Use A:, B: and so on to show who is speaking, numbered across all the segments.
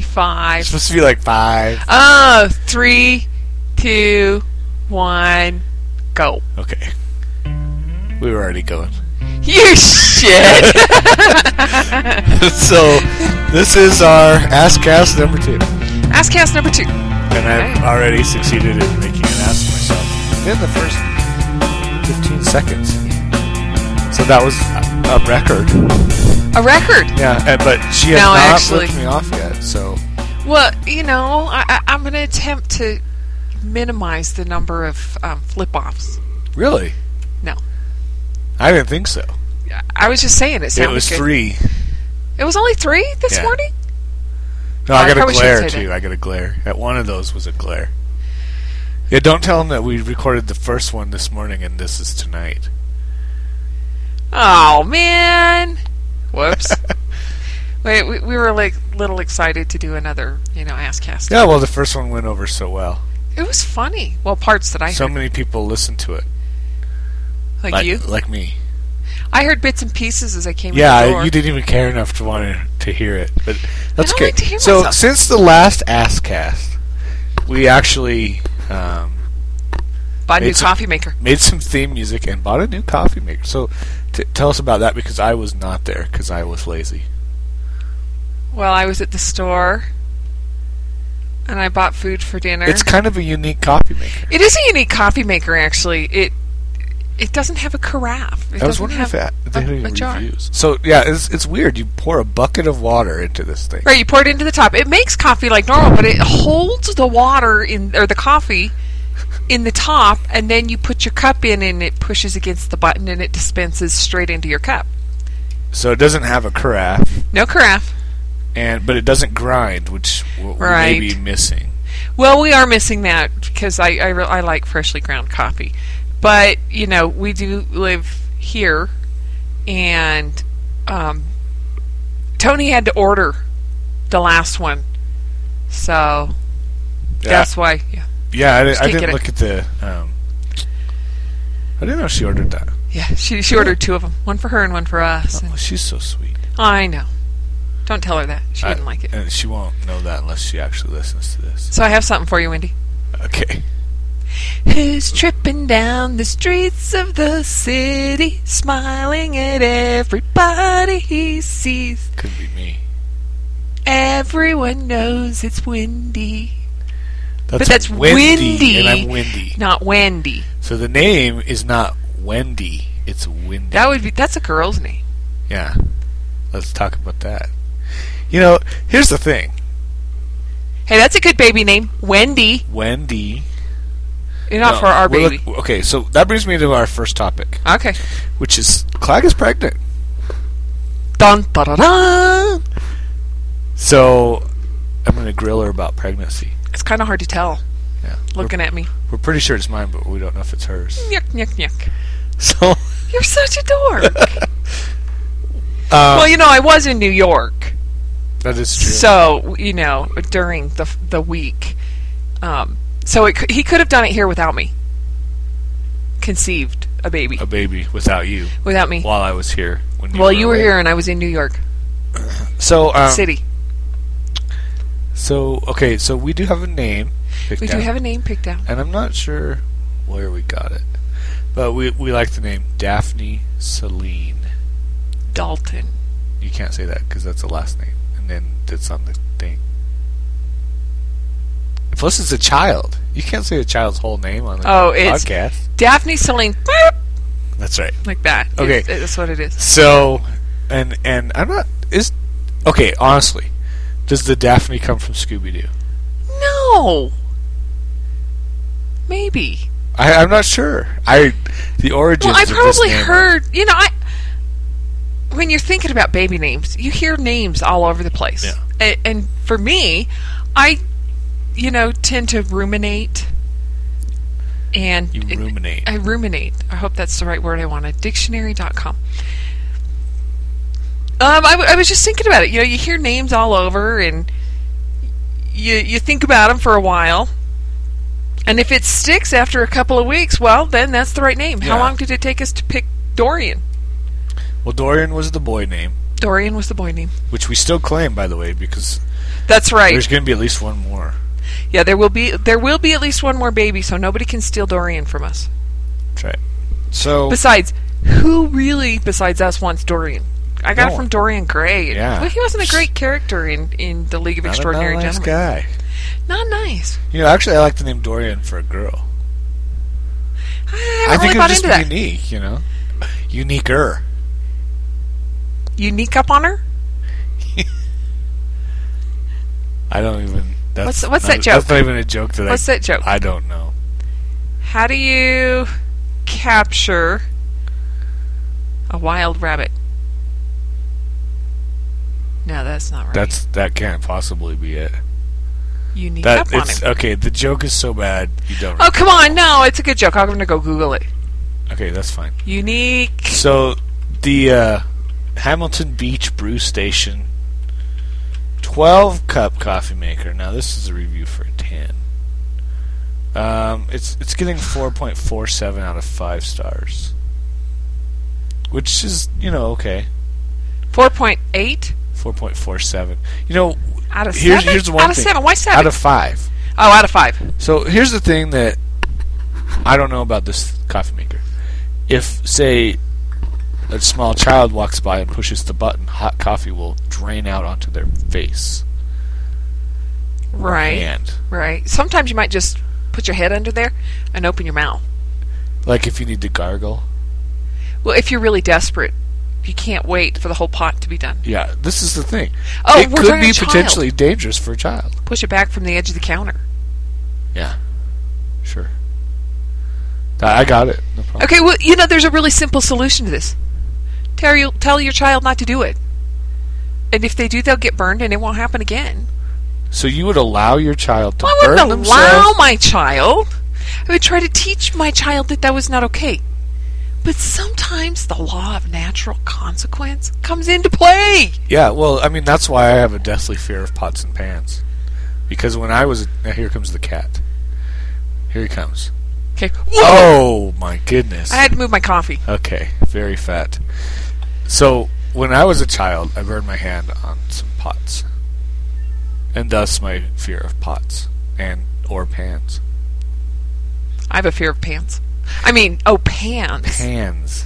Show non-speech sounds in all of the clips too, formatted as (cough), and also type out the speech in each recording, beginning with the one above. A: 95.
B: supposed to be like five.
A: Oh, three, two, one, go.
B: Okay. We were already going. (laughs)
A: You shit!
B: so, this is our Ask Cast number two.
A: Ask cast number two.
B: And I've
A: Okay.
B: already succeeded in making an ass of myself in the first 15 seconds. So that was a- a record.
A: A record.
B: Yeah, and, but she has
A: No,
B: not
A: actually-
B: flipped me off yet. So
A: Well, you know, I, I, I'm going to attempt to minimize the number of um, flip offs.
B: really,
A: No.
B: I didn't think so.
A: I was just saying it sounded
B: it was
A: good.
B: three.
A: It was only three this
B: Yeah.
A: morning?
B: No,
A: Oh,
B: I
A: I
B: got a
A: probably shouldn't
B: glare
A: say that.
B: too. I got a glare. At one of those was a glare. Yeah, don't tell him that we recorded the first one this morning and this is tonight.
A: Oh, man.
B: (laughs)
A: Whoops. Wait, we, we were like little excited to do another, you know, ask cast.
B: Yeah, well, the first one went over so well.
A: It was funny. Well, parts that I
B: So
A: heard,
B: many people listened to it,
A: like, you.
B: like me.
A: I heard bits and pieces as I came. in the
B: Yeah,
A: door.
B: you didn't even care enough to want to, to hear it, but that's
A: don't
B: good.
A: like to hear
B: so
A: myself.
B: since the last AskCast, we actually um,
A: Bought a new
B: It's-
A: coffee maker.
B: made some theme music and bought a new coffee maker. So t- tell us about that because I was not there because I was lazy.
A: Well, I was at the store, and I bought food for dinner.
B: It's kind of a unique coffee maker.
A: It is a unique coffee maker, actually. It it doesn't have a carafe. It
B: I was
A: doesn't
B: wondering
A: have
B: if that, they
A: a-
B: had any
A: a jar.
B: reviews. So yeah, it's it's weird. You pour a bucket of water into this thing.
A: Right, you pour it into the top. It makes coffee like normal, but it holds the water in or the coffee in the top, and then you put your cup in, and it pushes against the button, and it dispenses straight into your cup.
B: So it doesn't have a carafe,
A: No carafe.
B: and but it doesn't grind, which w-
A: Right.
B: we may be missing.
A: Well, we are missing that because I I, re- I like freshly ground coffee, but you know we do live here, and um, Tony had to order the last one, so that's why. Yeah,
B: Yeah, I, didn't- I
A: can't
B: didn't
A: get it.
B: look at the. Um, I didn't know she ordered that.
A: yeah. She she ordered two of them, one for her and one for us.
B: Oh,
A: And
B: she's so sweet.
A: I know. Don't tell her that she
B: I-
A: didn't like it.
B: And she won't know that unless she actually listens to this.
A: So I have something for you, Wendy.
B: Okay.
A: Who's tripping down the streets of the city, smiling at everybody he sees?
B: Could be me.
A: Everyone knows it's windy.
B: That's
A: that's windy.
B: And I'm windy.
A: Not Wendy.
B: So the name is not Wendy. It's Windy.
A: That would be that's a girl's name.
B: yeah. Let's talk about that. You know, here's the thing.
A: Hey, that's a good baby name. Wendy.
B: Wendy.
A: You're not
B: No,
A: for our
B: we're
A: baby.
B: look- okay, so that brings me to our first topic,
A: okay.
B: which is Clag is pregnant.
A: Dun da da da.
B: So I'm going to grill her about pregnancy.
A: It's kinda hard to tell
B: Yeah.
A: looking at me.
B: We're, we're pretty sure it's mine, but we don't know if it's hers. (laughs)
A: Yuck yuck yuck.
B: So,
A: You're such a dork.
B: (laughs) uh,
A: well, you know, I was in New York.
B: um, that is true.
A: So you know, during the the week, um, so it, c- he could have done it here without me. Conceived a baby
B: a baby without you
A: without me.
B: while I was here. When you
A: well, you were
B: away.
A: here and I was in New York
B: So, um,
A: City.
B: so okay, so we do have a name. picked
A: We do
B: out,
A: have a name picked out.
B: and I'm not sure where we got it, but we we like the name Daphne Celine.
A: Dalton.
B: You can't say that because that's the last name, and then it's on the thing. Plus, it's a child. You can't say a child's whole name on the
A: Oh, it's-
B: podcast.
A: Daphne Celine.
B: That's right.
A: Like that.
B: Okay.
A: It's- that's what it is.
B: So, and and I'm not is okay. Honestly, does the Daphne come from Scooby Doo?
A: No. Maybe.
B: I'm not sure. I the origins.
A: Well, I
B: of this
A: probably
B: name are-
A: heard. You know, I when you're thinking about baby names, you hear names all over the place.
B: Yeah.
A: And, and for me, I, you know, tend to ruminate. And
B: you ruminate.
A: I ruminate. I hope that's the right word I wanted. Dictionary.com. Um, I, w- I was just thinking about it. You know, you hear names all over, and you you think about them for a while. And if it sticks after a couple of weeks, well, then that's the right name. How
B: Yeah.
A: long did it take us to pick Dorian?
B: well, Dorian was the boy name,
A: Dorian was the boy name.
B: which we still claim, by the way, because
A: That's right.
B: There's going to be at least one more.
A: Yeah, there will be there will be at least one more baby, so nobody can steal Dorian from us.
B: That's right. So
A: Besides, who really besides us wants Dorian? I got
B: No
A: it
B: one.
A: from Dorian Gray.
B: Yeah.
A: Well, he wasn't a great character in, in the League of
B: not a-
A: Extraordinary
B: not a nice
A: Gentlemen.
B: guy.
A: Not nice.
B: You know, actually, I like the name Dorian for a girl.
A: I
B: I,
A: haven't
B: think
A: really
B: it would
A: bought
B: just
A: into
B: be
A: that.
B: unique. You know, uniquer.
A: Unique up on her?
B: I don't even. That's
A: What's- what's
B: not,
A: that
B: That's
A: joke?
B: not even a joke that
A: What's
B: I.
A: that joke?
B: I don't know.
A: How do you capture a wild rabbit? No, that's not right.
B: That's that can't possibly be it.
A: unique
B: That
A: up on
B: it's
A: him.
B: okay. The joke is so bad you don't.
A: Oh come on! No, it's a good joke. I'm gonna go Google it.
B: Okay, that's fine.
A: Unique.
B: So the uh, Hamilton Beach Brew Station, twelve cup coffee maker. Now this is a review for a ten. Um, it's it's getting four point four seven out of five stars, which is you know okay.
A: Four point eight
B: Four point four seven. You know,
A: out of
B: here's
A: seven.
B: here's the one
A: out of
B: thing.
A: seven. Why seven?
B: Out of five.
A: oh, out of five.
B: So here's the thing that I don't know about this coffee maker. If say a small child walks by and pushes the button, hot coffee will drain out onto their face.
A: Right.
B: And
A: Right. Sometimes you might just put your head under there and open your mouth.
B: like if you need to gargle.
A: Well, if you're really desperate, you can't wait for the whole pot to be done.
B: Yeah, this is the thing.
A: Oh,
B: it
A: we're
B: could
A: talking
B: be
A: a child.
B: potentially dangerous for a child.
A: Push it back from the edge of the counter.
B: Yeah. Sure. I I got it. No problem.
A: Okay, well, you know, there's a really simple solution to this. Tell your, tell your child not to do it. And if they do, they'll get burned and it won't happen again.
B: So you would allow your child to
A: I
B: burn
A: wouldn't
B: themselves?
A: allow my child. I would try to teach my child that that was not okay. But sometimes the law of natural consequence comes into play.
B: Yeah, well, I mean that's why I have a deathly fear of pots and pans, because when I was now here comes the cat. Here he comes.
A: Okay.
B: Oh my goodness.
A: I had to move my coffee.
B: Okay, very fat. So when I was a child, I burned my hand on some pots, and thus my fear of pots and or pans.
A: I have a fear of pants. I mean, oh, pants.
B: Pans,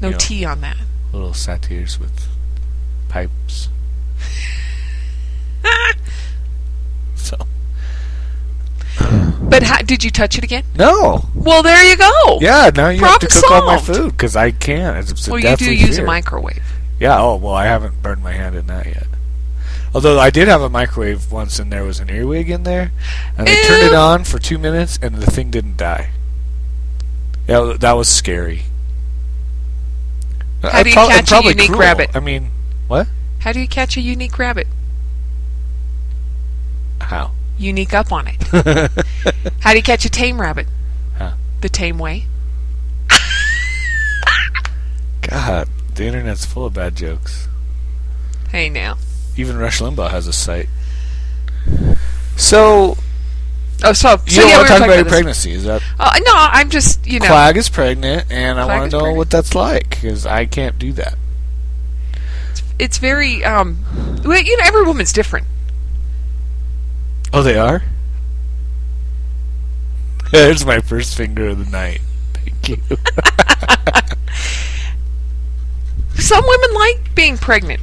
A: no
B: yeah.
A: T on that. (laughs)
B: little satyrs with pipes. so
A: But how, did you touch it again?
B: no,
A: Well, there you go.
B: Yeah, now you have to
A: Problem
B: cook all my
A: solved.
B: food because I can. It's, it's a
A: Well, you do
B: deathly
A: use
B: fear.
A: a microwave.
B: Yeah. Oh well, I haven't burned my hand in that yet. Although I did have a microwave once, and there was an earwig in there, and I turned it
A: Ew.
B: on for two minutes, and the thing didn't die. Yeah, that was scary. Uh,
A: How do you catch a unique rabbit?
B: I mean,
A: How do you catch a unique rabbit? (laughs)
B: how?
A: Unique up on it. How do you catch a tame rabbit?
B: Huh.
A: The tame way.
B: God, the internet's full of bad jokes.
A: Hey, now.
B: Even Rush Limbaugh has a site. So
A: Oh, so,
B: you
A: so yeah,
B: don't
A: we were
B: want to talk about your
A: this.
B: pregnancy? Is that
A: Uh, no, I'm just you know.
B: Clag is pregnant, and I
A: Clag
B: want
A: is
B: to know
A: pregnant.
B: what that's like because I can't do that.
A: It's very um. Well, you know, every woman's different.
B: Oh, they are. (laughs) There's my first finger of the night. Thank you.
A: Some women like being pregnant,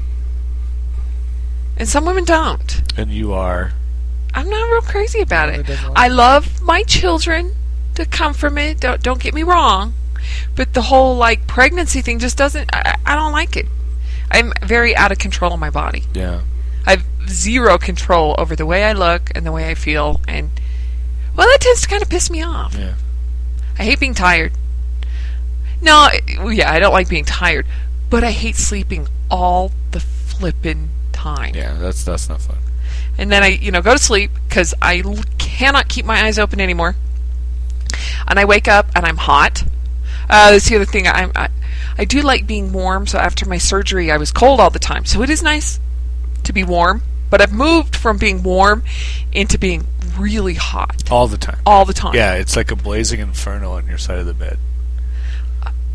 A: and some women don't.
B: and you are.
A: I'm not real crazy about
B: Nobody
A: it.
B: does like
A: I love my children to come from it. Don't don't get me wrong, but the whole like pregnancy thing just doesn't. I, I I don't like it. I'm very out of control of my body.
B: Yeah.
A: I've zero control over the way I look and the way I feel, and well, that tends to kind of piss me off.
B: Yeah.
A: I hate being tired. No, I- well, yeah, I don't like being tired, but I hate sleeping all the flippin' time.
B: Yeah. That's that's not fun.
A: And then I, you know, go to sleep because I l- cannot keep my eyes open anymore. And I wake up and I'm hot. Uh, that's the other thing. I'm, I, I do like being warm. So after my surgery, I was cold all the time. So it is nice to be warm. But I've moved from being warm into being really hot
B: All the time.
A: all the time.
B: Yeah, it's like a blazing inferno on your side of the bed.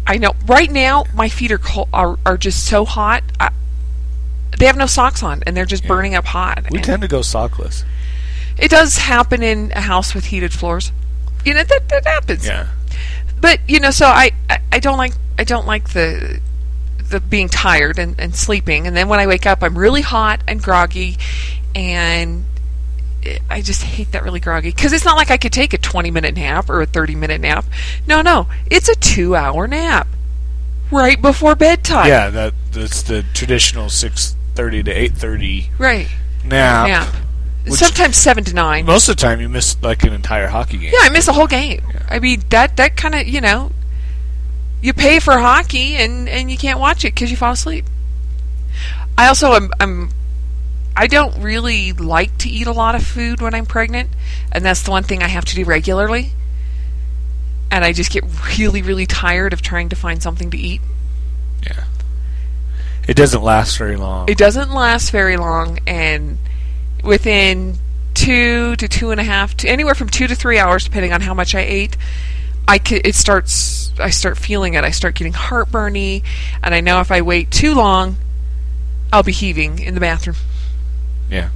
A: I know. Right now, my feet are cold, are, are just so hot. I, They have no socks on, and they're just burning up hot.
B: We
A: and-
B: tend to go sockless.
A: it does happen in a house with heated floors. You know that that happens.
B: Yeah.
A: But you know, so I, I, I don't like I don't like the the being tired and, and sleeping, and then when I wake up, I'm really hot and groggy, and I just hate that really groggy because it's not like I could take a 20 minute nap or a 30 minute nap. No, no, it's a two hour nap right before bedtime.
B: Yeah, that that's the traditional 6:30 to 8:30
A: right.
B: nap.
A: Nap.
B: Which-
A: Sometimes seven to nine.
B: Most of the time you miss like an entire hockey game.
A: Yeah, I miss a whole game. I mean that that kind of you know, you pay for hockey and and you can't watch it because you fall asleep. I also am I'm I don't really like to eat a lot of food when I'm pregnant, and that's the one thing I have to do regularly. And I just get really really tired of trying to find something to eat.
B: Yeah. It doesn't last very long.
A: It doesn't last very long, and within two to two and a half, to anywhere from two to three hours, depending on how much I ate, I c- it starts. I start feeling it. I start getting heartburny, and I know if I wait too long, I'll be heaving in the bathroom.
B: yeah.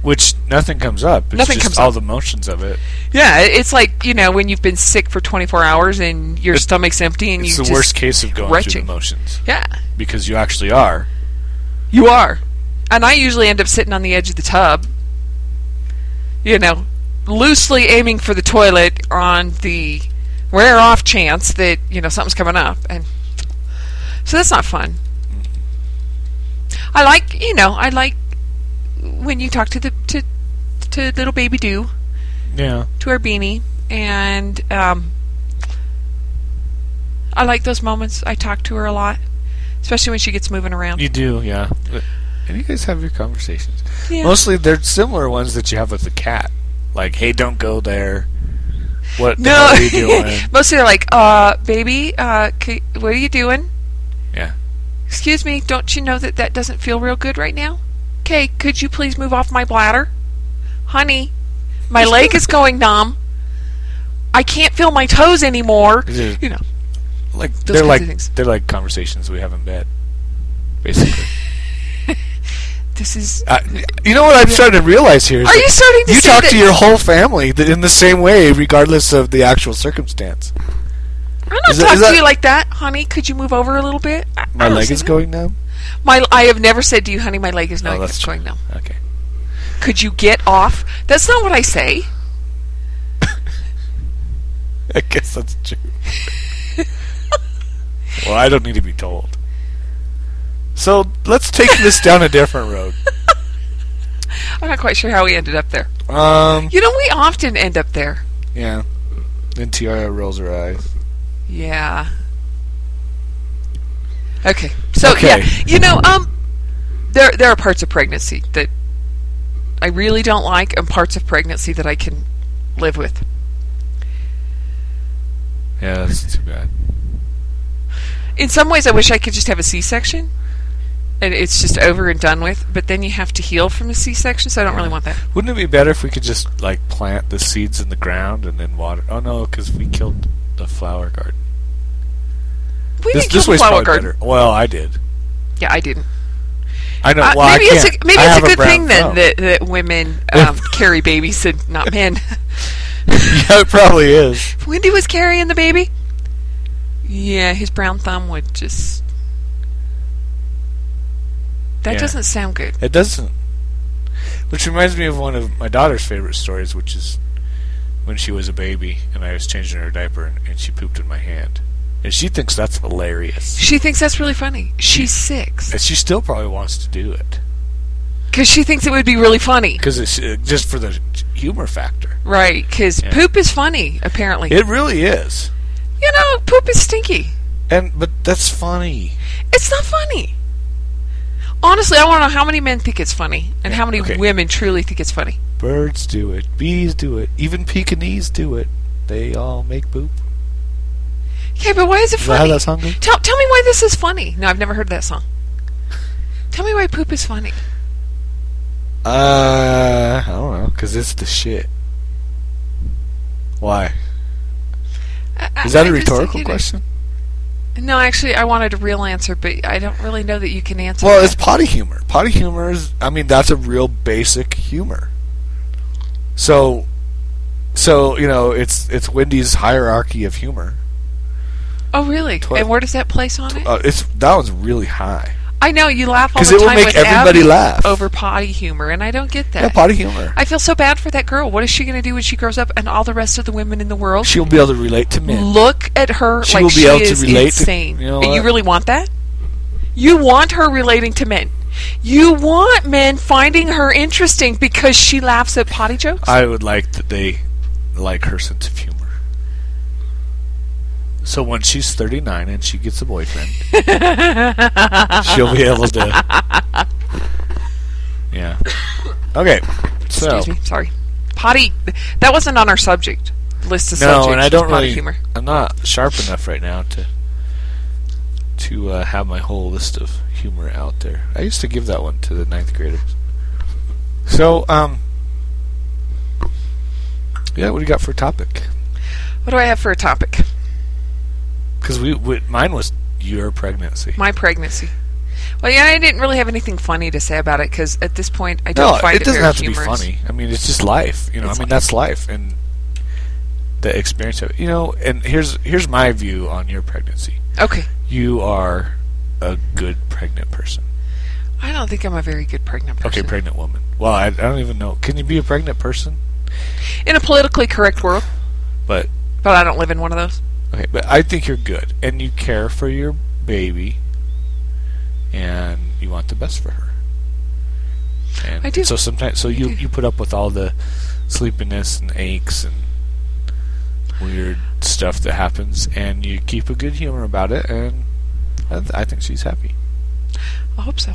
B: Which nothing comes up. It's
A: Nothing
B: just
A: comes
B: all
A: up.
B: the motions of it.
A: Yeah, it- it's like you know when you've been sick for 24 hours and your
B: It-
A: stomach's empty and
B: It's
A: you
B: the
A: just,
B: worst case of going through
A: retching.
B: the motions
A: Yeah,
B: because you actually are.
A: you are. And I usually end up sitting on the edge of the tub. you know, loosely aiming for the toilet on the rare off chance that you know something's coming up, and so that's not fun. I like you know I like when you talk to the to to little baby do
B: Yeah.
A: to our beanie, and um, I like those moments. I talk to her a lot, especially when she gets moving around.
B: You do, yeah. But- And you guys have your conversations.
A: Yeah.
B: Mostly they're similar ones that you have with the cat. Like, hey, don't go there. What the hell are you doing?
A: (laughs) Mostly they're like, uh, baby, uh, c- what are you doing?
B: Yeah.
A: Excuse me, don't you know that that doesn't feel real good right now? Okay, could you please move off my bladder? Honey,
B: (laughs)
A: my leg is going numb. I can't feel my toes anymore.
B: These are-
A: You know, Those
B: Like
A: kinds
B: they're
A: of
B: like
A: things.
B: they're like conversations we have in bed.
A: (laughs)
B: Basically.
A: this is.
B: I, you know what I'm starting to realize here is
A: Are
B: that
A: you starting to
B: you
A: say
B: talk
A: that-
B: to your whole family th- in the same way, regardless of the actual circumstance.
A: I'm not
B: is that-
A: talking
B: is
A: to
B: that-
A: you like that, honey. Could you move over a little bit? I- I
B: My
A: don't
B: leg
A: see
B: is
A: that.
B: going numb.
A: My I have never said to you, honey. My leg is
B: Oh,
A: not
B: that's true.
A: going numb.
B: Okay.
A: Could you get off? That's not what I say.
B: (laughs) I guess that's true. well, I don't need to be told. So let's take this down a different road.
A: I'm not quite sure how we ended up there.
B: Um.
A: You know, we often end up there.
B: Yeah. Then Tiara rolls her eyes.
A: Yeah. Okay. So
B: Okay.
A: yeah, you know, um, there there are parts of pregnancy that I really don't like, and parts of pregnancy that I can live with.
B: Yeah, that's too bad.
A: In some ways, I wish I could just have a C-section, and it's just over and done with. But then you have to heal from a C-section, so I don't really want that.
B: Wouldn't it be better if we could just like plant the seeds in the ground and then water? Oh no, because we killed the flower garden.
A: We
B: this
A: didn't kill
B: this
A: the
B: way's
A: flower
B: probably
A: garden.
B: better. Well, I did.
A: Yeah, I didn't.
B: I know.
A: Uh,
B: well,
A: maybe
B: I
A: it's
B: can't.
A: a, maybe
B: I
A: it's a
B: have
A: good
B: brown
A: thing then
B: thumb.
A: that, that women um, carry babies and not men.
B: (laughs)
A: (laughs)
B: yeah, it probably is.
A: Wendy was carrying the baby. Yeah, his brown thumb would just. That
B: Yeah.
A: doesn't sound good.
B: It doesn't. Which reminds me of one of my daughter's favorite stories, which is when she was a baby and I was changing her diaper and, and she pooped in my hand, and she thinks that's hilarious,
A: She thinks that's really funny. She's six
B: and she still probably wants to do it
A: because she thinks it would be really funny,
B: because it's uh, just for the humor factor.
A: right? Because
B: Yeah.
A: poop is funny, apparently.
B: It really is.
A: you know, poop is stinky.
B: And but that's funny.
A: It's not funny. Honestly, I want to know how many men think it's funny and
B: Yeah,
A: how many
B: okay.
A: women truly think it's funny.
B: Birds do it. Bees do it. Even Pekingese do it. They all make poop.
A: Okay, but why is it
B: Is that how
A: funny?
B: that song goes?
A: Tell, tell me why this is funny. No, I've never heard that song. Tell me why poop is funny.
B: Uh, I don't know, cause it's the shit. Why?
A: I- I-
B: Is that
A: I
B: a
A: just think
B: rhetorical
A: it
B: question?
A: No, actually, I wanted a real answer, but I don't really know that you can answer.
B: Well,
A: that.
B: it's potty humor. Potty humor is, I mean, that's a real basic humor. So, so you know, it's it's Wendy's hierarchy of humor.
A: oh really?
B: Twi-
A: and where does that place on it?
B: Uh, it's that one's really high.
A: I know you laugh all
B: 'Cause
A: the
B: it will
A: time
B: make
A: with
B: everybody
A: Abby
B: laugh.
A: over potty humor, and I don't get that.
B: Yeah, potty humor.
A: I feel so bad for that girl. What is she going to do when she grows up, and all the rest of the women in the world
B: She'll be able to relate to men.
A: look at her
B: She
A: like
B: will be
A: she
B: able to
A: is
B: relate to-
A: insane?
B: you know
A: And
B: what?
A: really want that? You want her relating to men. You want men finding her interesting because she laughs at potty jokes.
B: I would like that they like her sense of humor. So when she's 39 and she gets a boyfriend, she'll be able to. Yeah. Okay. So.
A: Excuse me, sorry. Potty. That wasn't on our subject list of subjects.
B: No, and I
A: was
B: don't
A: potty
B: really.
A: humor.
B: I'm not sharp enough right now to to uh, have my whole list of humor out there. I used to give that one to the ninth graders. So, um, yeah, what do you got for a topic?
A: What do I have for a topic?
B: Because we, we, mine was your pregnancy.
A: My pregnancy. Well, yeah, I didn't really have anything funny to say about it because at this point I don't
B: no,
A: find it,
B: it doesn't
A: very
B: have to
A: humorous.
B: be funny. I mean, it's just life. You know,
A: It's
B: I mean, that's life and the experience of it. You know, and here's here's my view on your pregnancy.
A: Okay,
B: You are a good pregnant person.
A: I don't think I'm a very good pregnant person.
B: Okay, pregnant woman. Well, I, I don't even know. Can you be a pregnant person?
A: in a politically correct world,
B: But
A: but I don't live in one of those.
B: okay, but I think you're good, and you care for your baby, and you want the best for her. And
A: I do.
B: So sometimes, so you you put up with all the sleepiness and aches and weird stuff that happens, and you keep a good humor about it, and I, th- I think she's happy.
A: I hope so.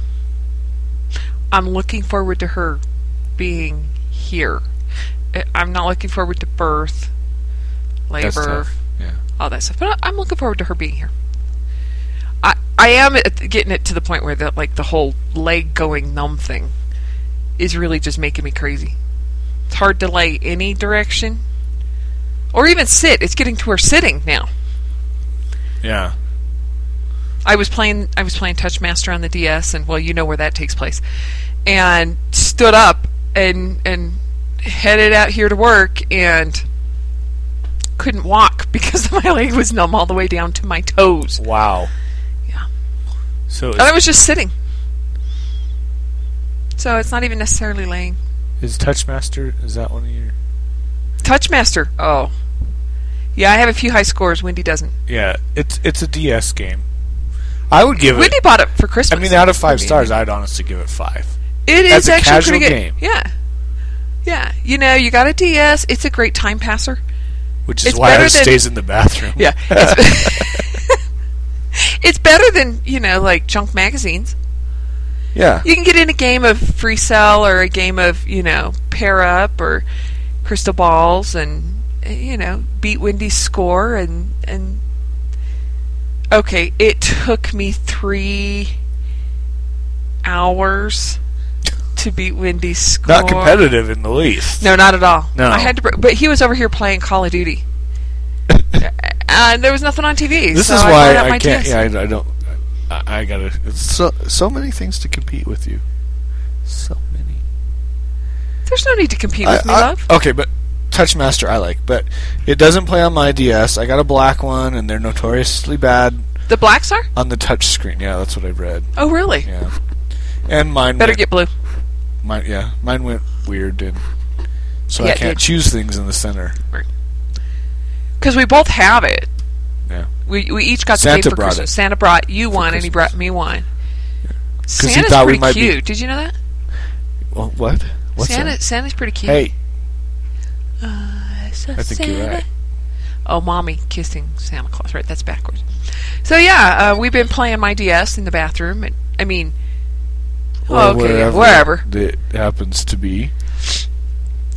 A: I'm looking forward to her being here. I- I'm not looking forward to birth,
B: That's
A: labor,
B: tough. Yeah.
A: all that stuff. But I- I'm looking forward to her being here. I I am at- getting it to the point where that like the whole leg going numb thing is really just making me crazy. It's hard to lay any direction or even sit. It's getting to where sitting now.
B: Yeah.
A: I was playing I was playing Touch Master on the DS and well you know where that takes place. And stood up and and headed out here to work and couldn't walk (laughs) because my leg was numb all the way down to my toes.
B: Wow.
A: Yeah.
B: So
A: And I was just sitting. So it's not even necessarily laying.
B: is, is Touchmaster? Is that one of your?
A: Touchmaster. Oh. Yeah, I have a few high scores. Wendy doesn't.
B: Yeah, it's it's a DS game. I would give
A: Wendy
B: it.
A: bought it for
B: I
A: Christmas.
B: mean, out of five
A: Wendy.
B: stars, I'd honestly give it five.
A: It is
B: That's a
A: actually
B: casual
A: pretty good.
B: game.
A: Yeah. Yeah. You know, you got a DS. It's a great time passer.
B: Which is
A: It's
B: why
A: better
B: it
A: than-
B: stays in the bathroom.
A: Yeah.
B: (laughs)
A: It's, (laughs) it's better than, you know, like junk magazines.
B: yeah.
A: You can get in a game of Free Cell or a game of, you know, Pair Up or Crystal Balls and, eh, you know, beat Wendy's score and. and Okay, it took me three hours to beat Wendy's score.
B: Not competitive in the least.
A: No, not at all.
B: No.
A: I had to, br- but he was over here playing Call of Duty, and there was nothing on TV.
B: (laughs) This
A: so
B: is
A: I
B: why
A: brought out
B: I,
A: my
B: can't.
A: DS.
B: Yeah, I, I don't. I, I gotta. It's so so many things to compete with you. So many.
A: There's no need to compete
B: I-
A: with me,
B: I-
A: love.
B: Okay, but Touchmaster I like, but it doesn't play on my DS. I got a black one, and they're notoriously bad
A: The black star?
B: on the touch screen. Yeah, that's what I read.
A: Oh, really?
B: Yeah. And mine
A: Better
B: went-
A: get blue.
B: Mine, yeah, mine went weird, and so
A: Yeah,
B: I
A: it
B: can't
A: did.
B: choose things in the center.
A: Because we both have it.
B: Yeah.
A: We, we each got the
B: Santa
A: game for
B: brought
A: Christmas. Santa brought you one, and he
B: Christmas.
A: brought me one.
B: he
A: Santa's
B: thought we
A: pretty
B: might be-
A: cute. Did you know that?
B: Well, what? What's
A: Santa
B: that?
A: Santa's pretty cute.
B: Hey,
A: I
B: I think you're right.
A: Oh, mommy kissing Santa Claus. Right, that's backwards. So yeah, uh, we've been playing my DS in the bathroom, and I mean, well, Oh, okay, yeah, wherever.
B: it happens to be,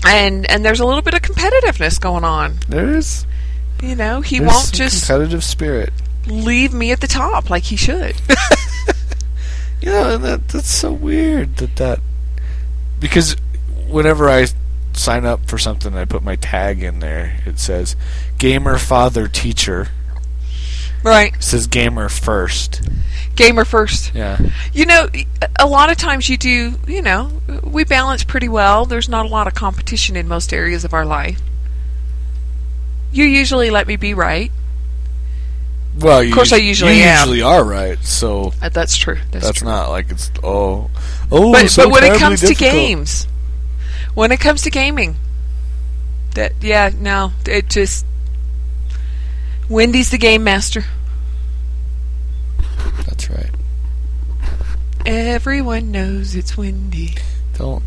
A: and and there's a little bit of competitiveness going on.
B: there is.
A: You know, he
B: there's
A: won't
B: some
A: just (laughs)
B: competitive spirit.
A: leave me at the top like he should.
B: Yeah, and that that's so weird that that because whenever I sign up for something, I put my tag in there. It says gamer father teacher,
A: Right.
B: It says gamer first.
A: Gamer first.
B: Yeah.
A: You know, a lot of times you do, you know, we balance pretty well. There's not a lot of competition in most areas of our life. You usually let me be right.
B: Well, you
A: Of course I
B: us-
A: usually
B: you
A: am.
B: usually are right. So
A: Uh, That's true. That's,
B: that's,
A: true.
B: not like it's oh oh.
A: but
B: so
A: but when it
B: terribly
A: comes to
B: difficult.
A: games, when it comes to gaming, that yeah, no, it just Wendy's the game master.
B: that's right.
A: Everyone knows it's Wendy.
B: Don't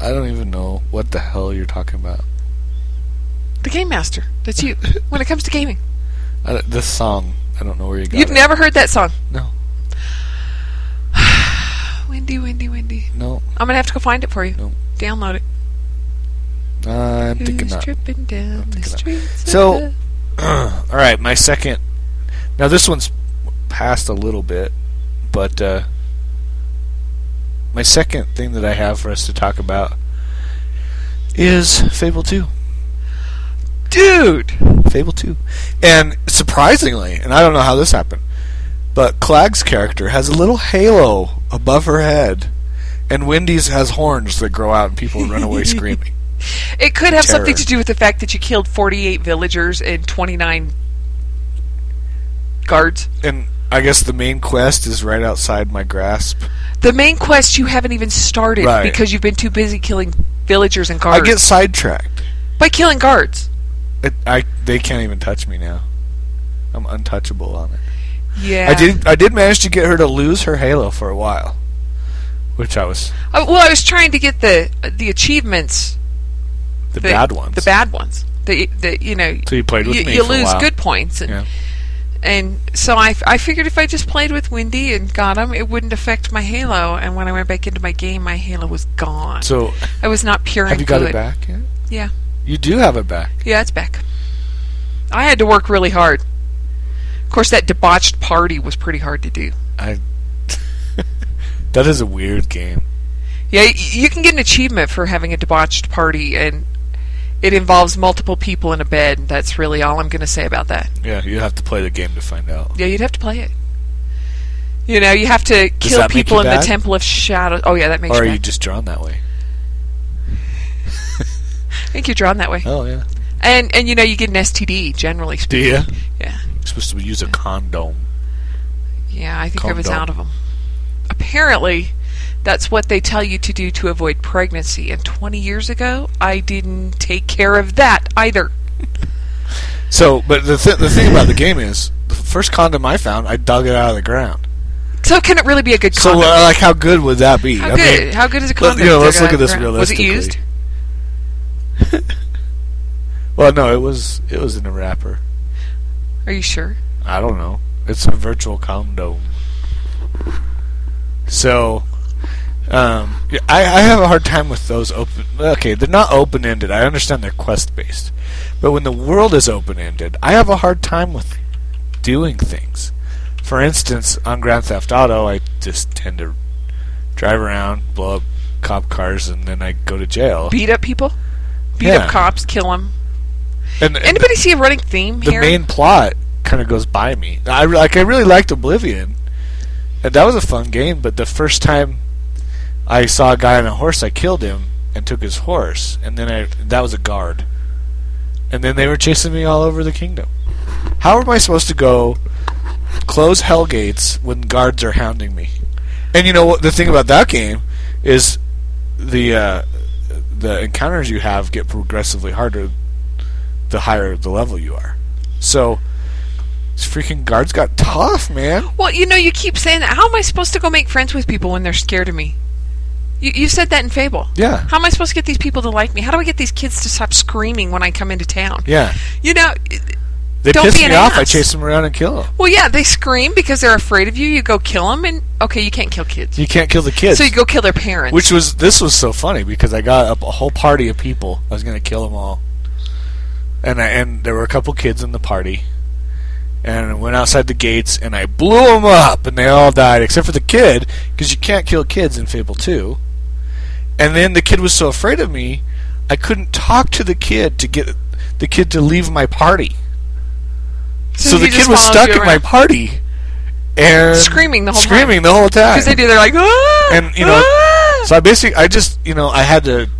B: I don't even know what the hell you're talking about.
A: The game master. That's
B: (laughs)
A: you. when it comes to gaming,
B: I, don't- this song, I don't know where you got
A: you've
B: it.
A: never heard that song.
B: no,
A: (sighs) Wendy, Wendy, Wendy.
B: no,
A: I'm gonna have to go find it for you.
B: No.
A: Download it.
B: I'm thinking
A: Who's
B: not.
A: tripping down
B: I'm
A: the
B: thinking not.
A: streets of
B: So-
A: the-
B: (clears throat) All right, my second. Now this one's passed a little bit, but uh, my second thing that I have for us to talk about is Fable Two.
A: dude,
B: Fable Two, and surprisingly, and I don't know how this happened, but Clag's character has a little halo above her head, and Wendy's has horns that grow out and people
A: (laughs)
B: run away screaming.
A: it could have something
B: Terror.
A: to do with the fact that you killed 48 villagers and 29 guards.
B: And I guess the main quest is right outside my grasp.
A: The main quest you haven't even started
B: Right.
A: because you've been too busy killing villagers and
B: I
A: guards.
B: get sidetracked.
A: By killing guards.
B: It, I they can't even touch me now. I'm untouchable on it.
A: Yeah.
B: I did I did manage to get her to lose her halo for a while, which I was
A: Uh, well, I was trying to get the uh, the achievements,
B: the, bad ones.
A: the bad ones. The the you know
B: so you played with
A: you,
B: me
A: you
B: for a
A: lose
B: while.
A: good points and
B: Yeah.
A: and so I, I figured if I just played with Wendy and got them, it wouldn't affect my Halo. And when I went back into my game, my Halo was gone.
B: So
A: I was not pure.
B: have
A: and
B: you got
A: good.
B: it back yet?
A: Yeah,
B: You do have it back.
A: yeah, it's back. I had to work really hard. Of course, that debauched party was pretty hard to do.
B: I. that is a weird game.
A: Yeah, y- you can get an achievement for having a debauched party, and it involves multiple people in a bed. That's really all I'm going to say about that.
B: Yeah, you have to play the game to find out.
A: Yeah, you'd have to play it. You know, you have to kill
B: that make
A: people
B: you
A: in
B: bad?
A: the Temple of Shadows. Oh yeah, that makes
B: Or are
A: you
B: you
A: bad.
B: just drawn
A: (laughs)
B: that way?
A: I think you're drawn that way.
B: Oh yeah.
A: And and you know you get an STD generally
B: Do
A: speaking.
B: you?
A: Yeah,
B: You're supposed to use a condom.
A: yeah. I think I was
B: Condom.
A: out of them. Apparently, that's what they tell you to do to avoid pregnancy. And 20 years ago, I didn't take care of that either.
B: So, but the th- the thing about the game is, the first condom I found, I dug it out of the ground.
A: So can it really be a good
B: So,
A: condom?
B: uh, like, how good would that be?
A: how
B: I
A: good?
B: mean,
A: how good is a
B: let-
A: condom?
B: you know,
A: if
B: let's
A: they're
B: look at this
A: ground? Was it
B: realistically.
A: used?
B: well, no, it was it was in a wrapper.
A: Are you sure?
B: I don't know. It's a virtual condom. So, um, yeah, I, I have a hard time with those open. Okay, they're not open ended. I understand they're quest based, but when the world is open ended, I have a hard time with doing things. For instance, on Grand Theft Auto, I just tend to drive around, blow up cop cars, and then I go to jail.
A: Beat up people? Beat
B: Yeah.
A: up cops? Kill them?
B: And, and
A: Anybody see a running theme
B: the
A: here?
B: main plot kind of goes by me. I re- like I really liked Oblivion, and that was a fun game. But the first time I saw a guy on a horse, I killed him and took his horse, and then I that was a guard, and then they were chasing me all over the kingdom. How am I supposed to go close hell gates when guards are hounding me? And you know what? The thing about that game is the uh, the encounters you have get progressively harder the higher the level you are. So these freaking guards got tough, man.
A: Well, you know, you keep saying that. How am I supposed to go make friends with people when they're scared of me? You, you said that in Fable.
B: Yeah.
A: How am I supposed to get these people to like me? How do I get these kids to stop screaming when I come into town?
B: Yeah.
A: You know, it-
B: They
A: Don't
B: piss
A: be
B: me
A: an
B: off. I
A: ass.
B: chase them around and kill them.
A: well, yeah, they scream because they're afraid of you. You go kill them, and okay, you can't kill kids.
B: You can't kill the kids.
A: So you go kill their parents.
B: which was this was so funny because I got up a whole party of people. I was gonna kill them all, and I, and there were a couple kids in the party, and I went outside the gates and I blew them up, and they all died except for the kid because you can't kill kids in Fable Two. And then the kid was so afraid of me, I couldn't talk to the kid to get the kid to leave my party. So
A: he
B: the
A: just
B: kid was
A: follows
B: stuck
A: you
B: at my
A: around.
B: party and
A: Screaming the whole time.
B: screaming the whole time.
A: Because they do, they're like, ah,
B: And, you know,
A: ah!"
B: So I basically, I just, you know, I had to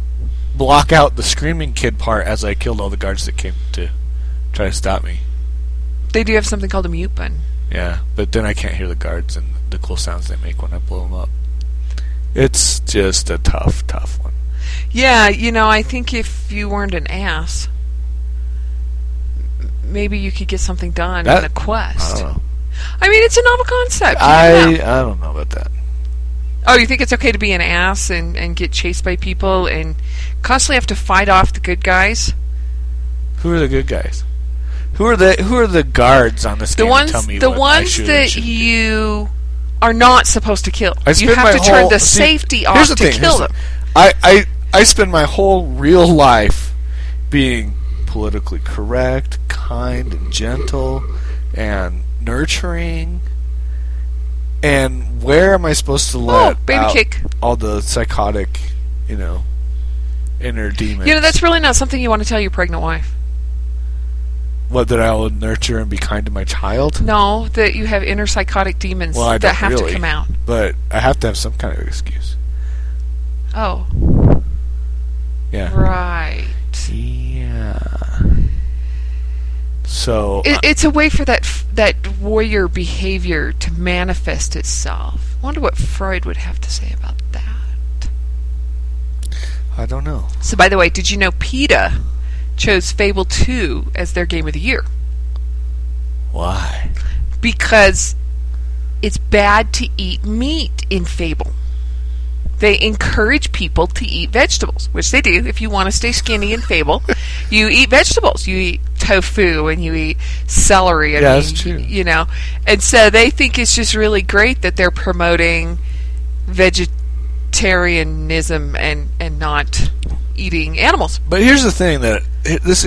B: block out the screaming kid part as I killed all the guards that came to try to stop me.
A: they do have something called a mute button.
B: Yeah, but then I can't hear the guards and the cool sounds they make when I blow them up. It's just a tough, tough one.
A: Yeah, you know, I think if you weren't an ass, m- maybe you could get something done
B: That-
A: in a
B: I
A: quest.
B: don't know.
A: I mean, it's a novel concept. you
B: I,
A: know.
B: I don't know about that.
A: Oh, you think it's okay to be an ass and, and get chased by people and constantly have to fight off the good guys?
B: Who are the good guys? Who are the Who are the guards on this
A: The
B: game? that
A: ones
B: tell me
A: the
B: what I
A: ones
B: should and
A: that
B: shouldn't do?
A: you are not supposed to kill.
B: I
A: you
B: spend
A: have
B: my
A: to turn
B: whole-
A: the
B: see,
A: safety off
B: here's the
A: to
B: thing,
A: kill
B: here's the-
A: them.
B: I, I I spend my whole real life being politically correct, kind and gentle, and nurturing. And where am I supposed to let
A: Oh, baby
B: out
A: kick.
B: all the psychotic, you know, inner demons?
A: You know, that's really not something you want to tell your pregnant wife.
B: what that I will nurture and be kind to my child.
A: No, that you have inner psychotic demons
B: Well, I
A: that
B: don't
A: have
B: really.
A: to come out.
B: But I have to have some kind of excuse.
A: Oh,
B: Yeah.
A: right.
B: Yeah. So
A: It, it's a way for that f- that warrior behavior to manifest itself. Wonder what Freud would have to say about that.
B: I, I don't know.
A: So, by the way, did you know PETA chose Fable 2 as their game of the year?
B: Why?
A: Because it's bad to eat meat in Fable. They encourage people to eat vegetables, which they do. If you want to stay skinny in
B: (laughs)
A: Fable, you eat vegetables. You eat tofu and you eat celery. and
B: Yeah,
A: you,
B: that's true.
A: You know, and so they think it's just really great that they're promoting vegetarianism and and not eating animals.
B: But here's the thing that this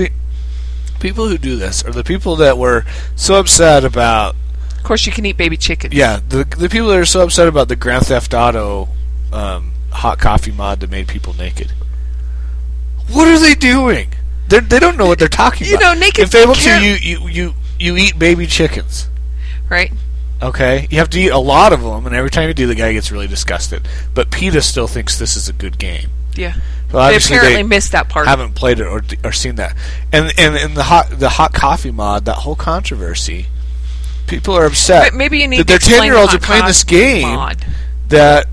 B: people who do this are the people that were so upset about
A: Of course, you can eat baby chickens.
B: yeah the the people that are so upset about the Grand Theft Auto um, hot coffee mod that made people naked. What are they doing? They're, they don't know what they're talking
A: You
B: about.
A: know, naked
B: In Fable
A: care-
B: Two, you, you you you eat baby chickens.
A: Right?
B: Okay, you have to eat a lot of them, and every time you do, the guy gets really disgusted. But PETA still thinks this is a good game.
A: Yeah.
B: Well,
A: they
B: obviously
A: apparently missed that part.
B: haven't played it or, or seen that. And and in the hot the hot coffee mod, that whole controversy, people are upset.
A: But maybe you need
B: that their
A: to explain
B: year olds
A: the
B: are playing this
A: hot
B: game
A: mod.
B: that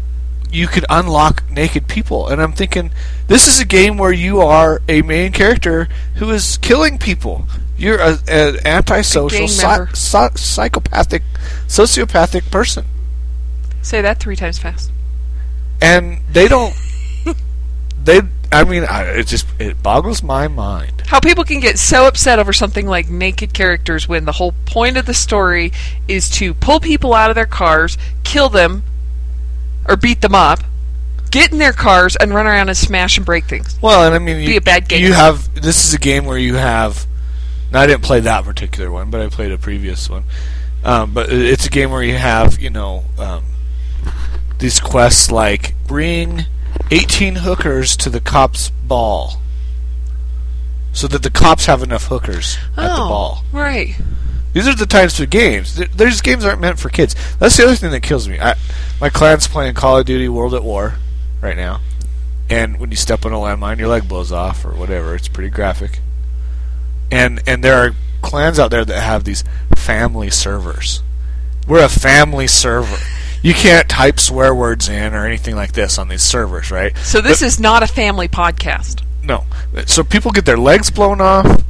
B: you could unlock naked people, and I'm thinking this is a game where you are a main character who is killing people. You're a, an antisocial,
A: gang
B: psy-
A: member.
B: psy- psychopathic, sociopathic person,
A: Say that three times fast.
B: and they
A: (laughs)
B: don't. they, I mean, I, it just it boggles my mind.
A: How people can get so upset over something like naked characters when the whole point of the story is to pull people out of their cars, kill them, or beat them up, get in their cars, and run around and smash and break things.
B: Well, and I mean, you,
A: Be a bad game.
B: You have this is a game where you have. Now I didn't play that particular one, but I played a previous one. Um, but i- it's a game where you have you know um, these quests like bring eighteen hookers to the cops' ball, so that the cops have enough hookers at the
A: Oh,
B: ball.
A: Right.
B: These are the types of games. Th- These games aren't meant for kids. That's the other thing that kills me. I, my clan's playing Call of Duty World at War right now, and when you step on a landmine, your leg blows off or whatever. It's pretty graphic. And and there are clans out there that have these family servers. We're a family server. You can't type swear words in or anything like this on these servers, right?
A: So this is not a family podcast.
B: No. So people get their legs blown off.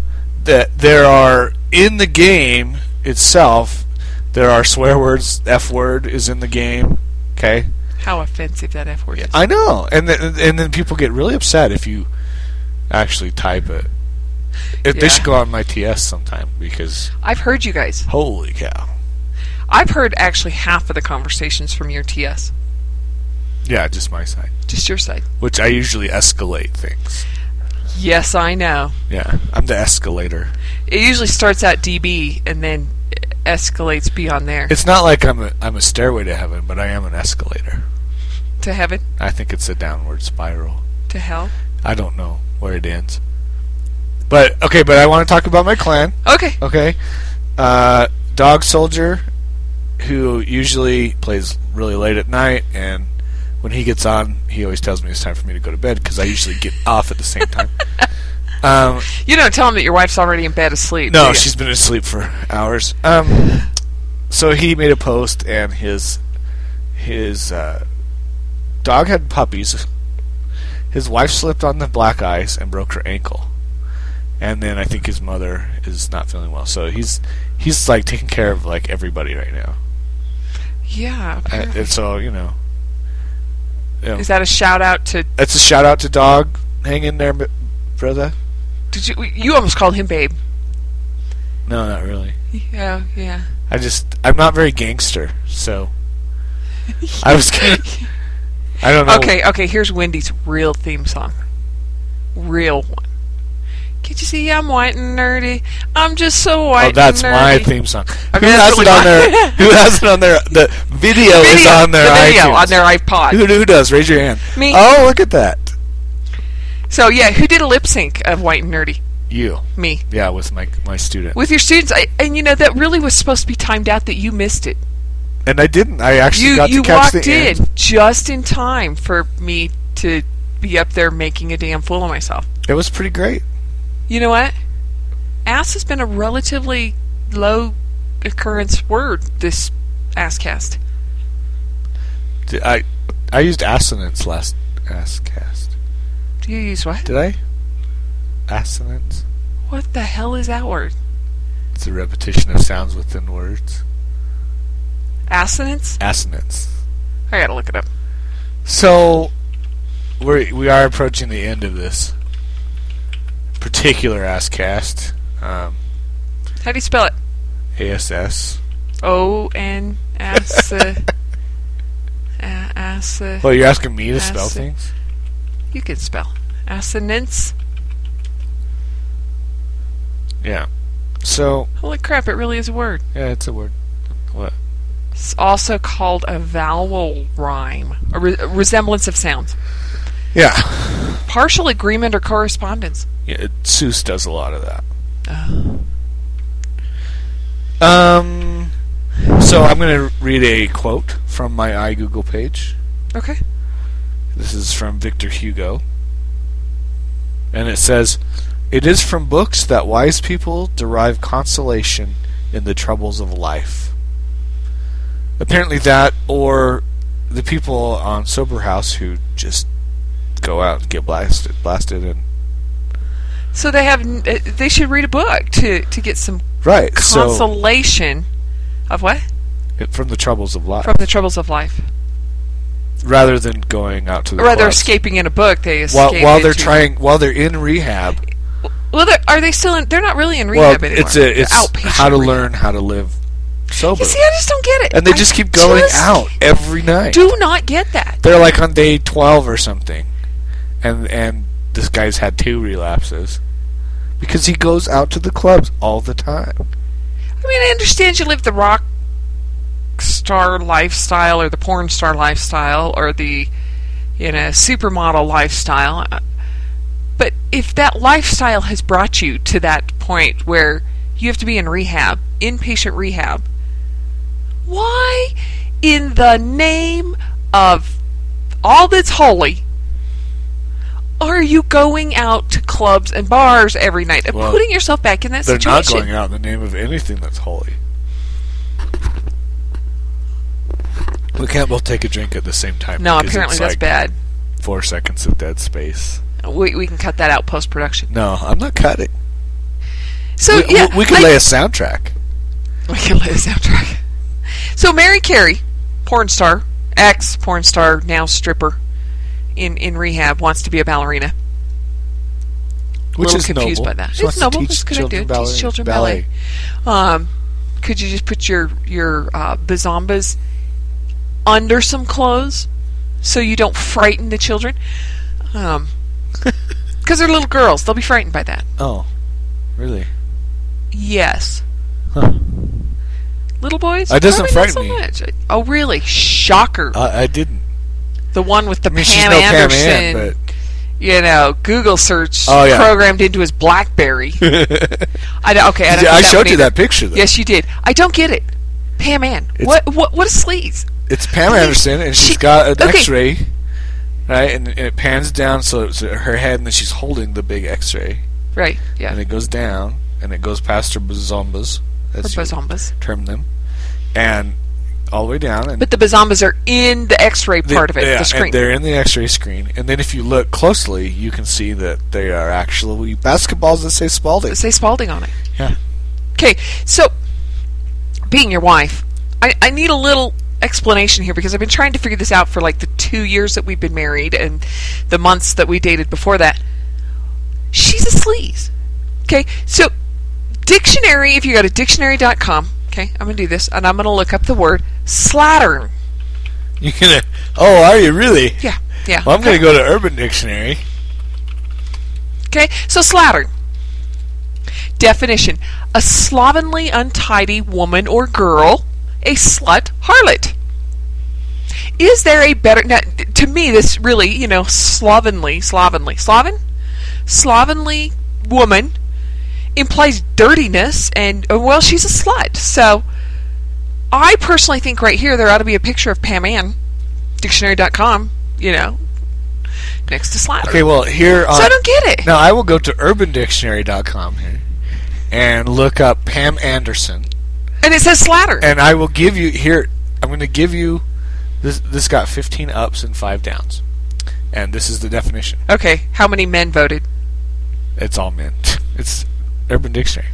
B: That there are in the game itself, there are swear words. F word is in the game. Okay.
A: How offensive that F word is.
B: I know, and th- and then people get really upset if you actually type it. If They
A: Yeah.
B: should go on my TS sometime because
A: I've heard you guys.
B: holy cow.
A: I've heard actually half of the conversations from your TS,
B: Yeah, just my side,
A: just your side.
B: which I usually escalate things.
A: Yes, I know.
B: Yeah, I'm the escalator.
A: It usually starts out DB and then escalates beyond there
B: It's not like I'm a I'm a stairway to heaven, but I am an escalator.
A: to heaven,
B: I think it's a downward spiral.
A: to hell.
B: I don't know where it ends. But okay, but I want to talk about my clan.
A: Okay.
B: Okay, Uh, Dog Soldier, who usually plays really late at night, and when he gets on, he always tells me it's time for me to go to bed because I usually get off at
A: (laughs)
B: the same time. Um,
A: You don't tell him that your wife's already in bed asleep. do
B: no,
A: you?
B: she's been asleep for hours. Um, so he made a post, and his his uh, dog had puppies. His wife slipped on the black ice and broke her ankle, and then I think his mother is not feeling well. So he's he's like taking care of like everybody right now,
A: Yeah.
B: and,
A: apparently.
B: and so you know, you know,
A: Is that a shout out to?
B: that's a shout out to dog. Hang in there, b- brother.
A: Did you? You almost called him babe.
B: No, not really.
A: Yeah. (laughs) Yeah.
B: I just I'm not very gangster,
A: (laughs)
B: so I was gonna. I don't know.
A: Okay, okay, here's Wendy's real theme song. Real one. Can't you see I'm white and nerdy? I'm just so white
B: Oh, that's
A: and nerdy.
B: my theme song.
A: Okay,
B: who
A: that's
B: has it
A: really
B: on
A: mine. (laughs)
B: their? Who has it on their? The video, is
A: Video,
B: on their
A: the video
B: iTunes.
A: on their iPod.
B: Who, who does? Raise your hand.
A: Me.
B: Oh, look at that.
A: So yeah, who did a lip sync of white and nerdy?
B: You.
A: Me.
B: Yeah, with my my student.
A: With your students, I, and you know that really was supposed to be timed out that you missed it.
B: and I didn't. I actually
A: You
B: got
A: you
B: to catch
A: walked
B: the
A: in
B: end.
A: just in time for me to be up there making a damn fool of myself.
B: It was pretty great.
A: You know what? Ass has been a relatively low occurrence word this ass cast.
B: D- I I used assonance last ass cast.
A: Do you use what?
B: Did I? Assonance.
A: What the hell is that word?
B: It's a repetition of sounds within words.
A: Assonance?
B: Assonance.
A: I gotta look it up.
B: So we we are approaching the end of this particular ass cast. Um,
A: How do you spell it?
B: ASS.
A: O N S. uh, a- Ass. uh,
B: (laughs) Well, you're asking me to spell
A: Ass-
B: things.
A: You can spell. Assonance?
B: Yeah. So
A: Holy crap, it really is a word.
B: yeah, it's a word. What?
A: It's also called a vowel rhyme, a, re- a resemblance of sounds.
B: Yeah.
A: Partial agreement or correspondence.
B: yeah it, Seuss does a lot of that.
A: Oh.
B: Um. So I'm going to read a quote from my iGoogle page.
A: Okay.
B: This is from Victor Hugo. And it says, It is from books that wise people derive consolation in the troubles of life. Apparently, that or the people on Sober House who just go out and get blasted, blasted and.
A: So they have. n- uh, They should read a book to, to get some
B: Right, so
A: consolation of what?
B: it- from the troubles of life,
A: From the troubles of life.
B: rather than going out to the
A: Or rather,
B: clubs.
A: escaping in a book, they
B: while,
A: escape.
B: while they're
A: into-
B: trying, while they're in rehab,
A: Well, they're, are they still in? They're not really in
B: well,
A: rehab anymore.
B: it's a, it's
A: They're outpatient
B: how to
A: rehab.
B: learn how to live sober.
A: You see, I just don't get it.
B: and they
A: I
B: just keep going
A: just
B: out every night.
A: Do not get that.
B: They're like on day twelve or something, and and this guy's had two relapses because he goes out to the clubs all the time.
A: I mean, I understand you live the rock star lifestyle or the porn star lifestyle or the you know supermodel lifestyle. uh, But if that lifestyle has brought you to that point where you have to be in rehab, inpatient rehab, why in the name of all that's holy are you going out to clubs and bars every night and
B: Well,
A: putting yourself back in that
B: They're
A: situation?
B: not going out in the name of anything that's holy. We can't both take a drink at the same time.
A: No,
B: because
A: apparently
B: it's
A: that's
B: like
A: bad.
B: Four seconds of dead space.
A: We, we can cut that out post production.
B: No, I'm not cutting.
A: So
B: we,
A: yeah,
B: we, we could
A: like-
B: lay a soundtrack.
A: (laughs) we can lay a soundtrack. So Mary Carey, porn star, ex porn star, now stripper, in in rehab, wants to be a ballerina.
B: Which
A: little
B: is
A: confused
B: noble.
A: by that. It's
B: She wants to
A: noble.
B: teach
A: It's a good
B: children
A: idea. Teach
B: ballet-
A: children
B: ballet.
A: Um, could you just put your your uh, bazambas under some clothes so you don't frighten the children?
B: (laughs)
A: Um, because they're little girls, they'll be frightened by that.
B: Oh, really?
A: Yes.
B: Huh.
A: Little boys?
B: That doesn't
A: Probably not
B: frighten me. Oh,
A: so Much. Oh, really? Shocker.
B: I, I didn't.
A: the one with the
B: I mean, she's
A: Pam
B: no Pam
A: Anderson (laughs)
B: Ann, but (laughs)
A: you know, Google search
B: Oh, yeah.
A: programmed into his BlackBerry. I don't, okay, I, don't
B: Yeah,
A: get
B: I
A: that
B: showed
A: one
B: you
A: either.
B: that picture. Though.
A: Yes, you did. I don't get it. Pam Ann,
B: It's-
A: what what what a sleaze.
B: it's Pam Anderson, and she's
A: She-
B: got an
A: okay.
B: X-ray, right? And, and it pans down so it's her head, and then she's holding the big X-ray,
A: Right? Yeah.
B: and it goes down, and it goes past her bosombas,
A: Or
B: as you
A: bazombas.
B: term them, and all the way down, and
A: But the bazombas are in the X-ray
B: the-
A: part of it,
B: yeah,
A: the
B: And
A: screen.
B: they're in the X-ray screen, and then if you look closely, you can see that they are actually basketballs that say Spalding.
A: Say Spalding on it.
B: Yeah.
A: Okay, so being your wife, I, I need a little explanation here because I've been trying to figure this out for like the two years that we've been married and the months that we dated before that. She's a sleaze. Okay, so dictionary, if you go to dictionary.com, okay, I'm going to do this and I'm going to look up the word slattern.
B: You gonna? Oh, are you really?
A: Yeah, yeah.
B: Well, I'm gonna go to Urban Dictionary.
A: Okay, so slattern. Definition A slovenly, untidy woman or girl, a slut, harlot. Is there a better. Now, to me, this really, you know, slovenly, slovenly, sloven? Slovenly woman implies dirtiness, and, oh, well, she's a slut. So, I personally think right here there ought to be a picture of Pam Ann, dictionary.com, you know, next to slattern.
B: Okay, well here on
A: so I don't get it.
B: Now I will go to UrbanDictionary.com here and look up Pam Anderson,
A: And it says slattern.
B: and I will give you here. I'm going to give you this. This got 15 ups and five downs, and this is the definition.
A: Okay, how many men voted?
B: It's all men. (laughs) It's Urban Dictionary.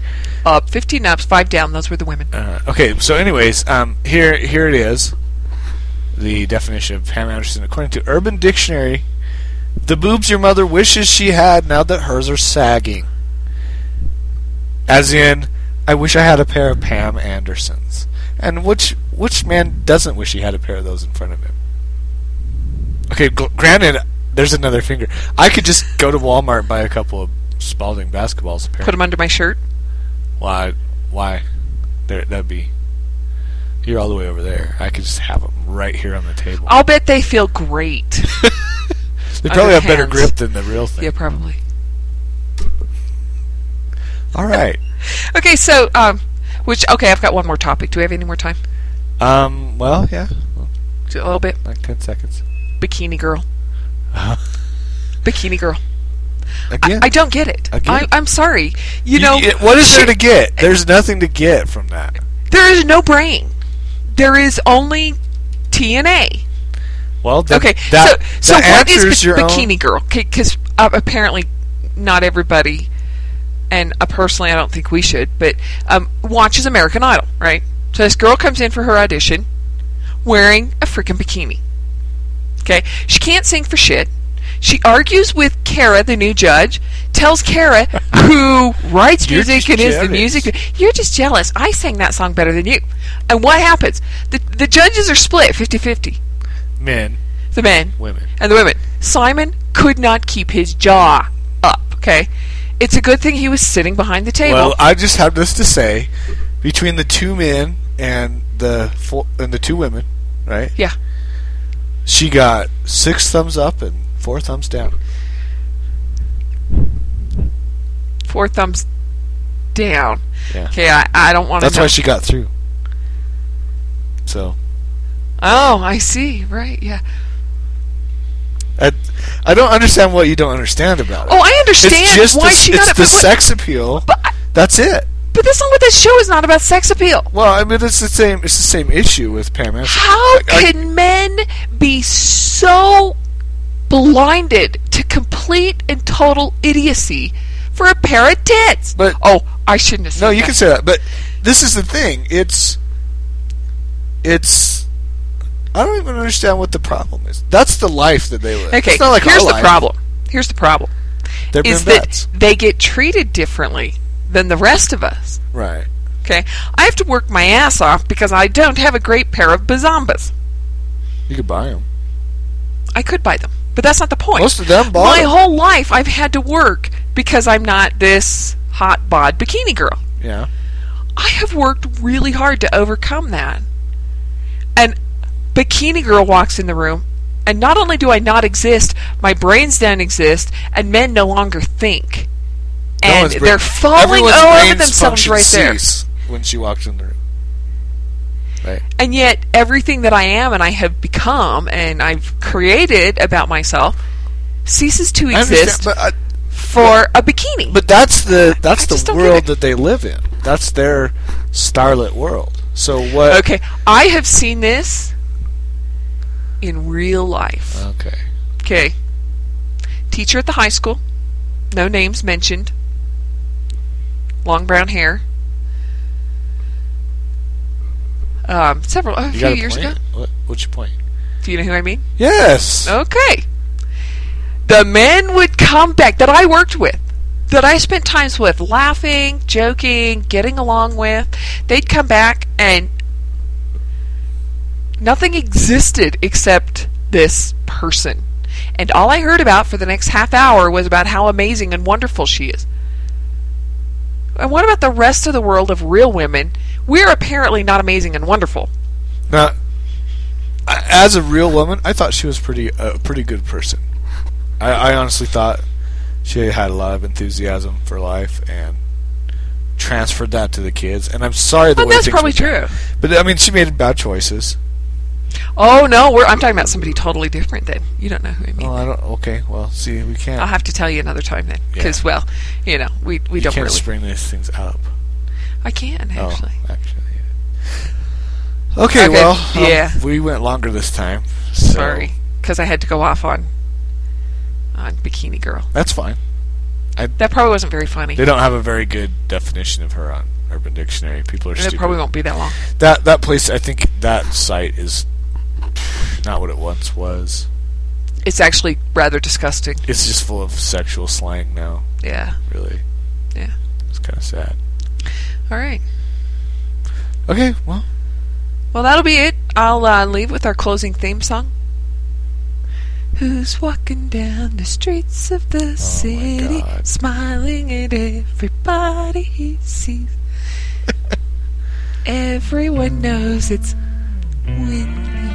A: Up, 15 ups, 5 down. Those were the women.
B: Uh, okay, so anyways, um, here here it is. The definition of Pam Anderson, according to Urban Dictionary, the boobs your mother wishes she had now that hers are sagging. As in, I wish I had a pair of Pam Andersons. And which which man doesn't wish he had a pair of those in front of him? Okay, gl- granted, there's another finger. I could just go to Walmart and buy a couple of Spalding basketballs. Apparently,
A: Put them under my shirt.
B: why? Why? There, that'd be. You're all the way over there. I could just have them right here on the table.
A: I'll bet they feel great.
B: (laughs) they probably have better
A: hands.
B: grip than the real thing.
A: yeah, probably.
B: All right.
A: Okay, so, um, which, okay, I've got one more topic. Do we have any more time?
B: Um. Well, yeah.
A: Just A little bit.
B: Like ten seconds.
A: Bikini girl. Bikini girl.
B: Again.
A: I don't get it.
B: Again.
A: I, I'm sorry. You know,
B: y- what is there
A: she-
B: to get? There's nothing to get from that.
A: there is no brain. There is only TNA.
B: Well, then,
A: Okay,
B: That,
A: so so
B: that
A: what is
B: answers
A: bik-
B: your own-
A: bikini girl? Because uh, apparently, not everybody, and uh, personally, I don't think we should, but um, watches American Idol, right? So this girl comes in for her audition wearing a freaking bikini. Okay, she can't sing for shit. She argues with Kara, the new judge. Tells Kara,
B: (laughs)
A: who writes
B: You're
A: music
B: just
A: and is the
B: jealous.
A: music, you're just jealous. I sang that song better than you. And what happens? The, the judges are split 50 50.
B: Men,
A: The men
B: women.
A: and the women. Simon could not keep his jaw up. Okay, it's a good thing he was sitting behind the table.
B: Well, I just have this to say: between the two men and the four, and the two women, right?
A: Yeah.
B: She got six thumbs up and four thumbs down.
A: Four thumbs down.
B: Yeah.
A: Okay, I, I don't want to.
B: That's why she got through. So
A: Oh, I see. Right. Yeah.
B: I, I don't understand what you don't understand about it.
A: Oh, I understand
B: it's just
A: why
B: the,
A: she
B: it's
A: got it,
B: the
A: but, what-
B: sex appeal.
A: but I-
B: That's it.
A: but that's not what this show is not about. Sex appeal.
B: Well, I mean, it's the same. It's the same issue with Pam Anderson.
A: How
B: I-
A: can men be so blinded to complete and total idiocy for a pair of tits?
B: But-
A: oh, I shouldn't have. Said
B: No, you
A: that.
B: can say that, but this is the thing. It's it's. I don't even understand what the problem is. That's the life that they live.
A: Okay,
B: it's not like
A: here's
B: our
A: the
B: life.
A: problem. Here's the problem.
B: They're
A: is
B: being
A: that
B: bats.
A: they get treated differently than the rest of us.
B: right?
A: Okay, I have to work my ass off because I don't have a great pair of bazombas.
B: You could buy them.
A: I could buy them, but that's not the point.
B: Most of them bought
A: my
B: 'em.
A: whole life I've had to work because I'm not this hot bod bikini girl.
B: Yeah.
A: I have worked really hard to overcome that. And bikini girl walks in the room And not only do I not exist, my brains don't exist, and men no longer think.
B: No
A: And
B: one's brain-
A: they're falling
B: everyone's
A: over
B: brain's
A: themselves
B: function
A: right there.
B: ceased When she walked in the room. Right.
A: And yet, everything that I am and I have become and I've created about myself ceases to
B: I
A: exist
B: understand, but I,
A: for a bikini.
B: But that's the that's
A: I just
B: the
A: don't get
B: world
A: it.
B: that they live in. That's their starlit world. So what?
A: okay, I have seen this in real life.
B: Okay.
A: Okay. Teacher at the high school. No names mentioned. Long brown hair. Um, several a
B: You
A: few
B: got a
A: years
B: point?
A: ago.
B: What, what's your point?
A: Do you know who I mean?
B: Yes.
A: Okay. The men would come back that I worked with, that I spent times with, laughing, joking, getting along with. They'd come back and nothing existed except this person. And all I heard about for the next half hour was about how amazing and wonderful she is. And what about the rest of the world of real women? We're apparently not amazing and wonderful.
B: Now, I- as a real woman, I thought she was pretty a pretty good person. I, I honestly thought she had a lot of enthusiasm for life and transferred that to the kids. And I'm sorry the
A: Well,
B: way
A: that's
B: things
A: probably
B: went down.
A: true.
B: But I mean, she made bad choices.
A: Oh no, we're, I'm talking about somebody totally different. Then you don't know who I mean.
B: Well, I don't. Okay. Well, see, we can't.
A: I'll have to tell you another time then, because
B: Yeah.
A: well, you know, we Uh, we
B: you
A: don't
B: can't
A: really.
B: spring these things up.
A: I can actually.
B: Oh, actually. yeah. Okay,
A: Okay,
B: well, um,
A: yeah.
B: we went longer this time. So
A: Sorry, because I had to go off on on Bikini Girl.
B: That's fine.
A: That probably wasn't very funny.
B: They don't have a very good definition of her on Urban Dictionary. People are
A: and it
B: stupid.
A: probably won't be that long.
B: That that place, I think that site is not what it once was.
A: It's actually rather disgusting.
B: It's just full of sexual slang now.
A: Yeah.
B: Really,
A: Yeah.
B: it's kind of sad.
A: All right.
B: Okay, (laughs) well,
A: Well, that'll be it. I'll uh, leave with our closing theme song. Who's walking down the streets of the city,
B: Oh God.
A: smiling at everybody he sees? Everyone knows it's Winnie.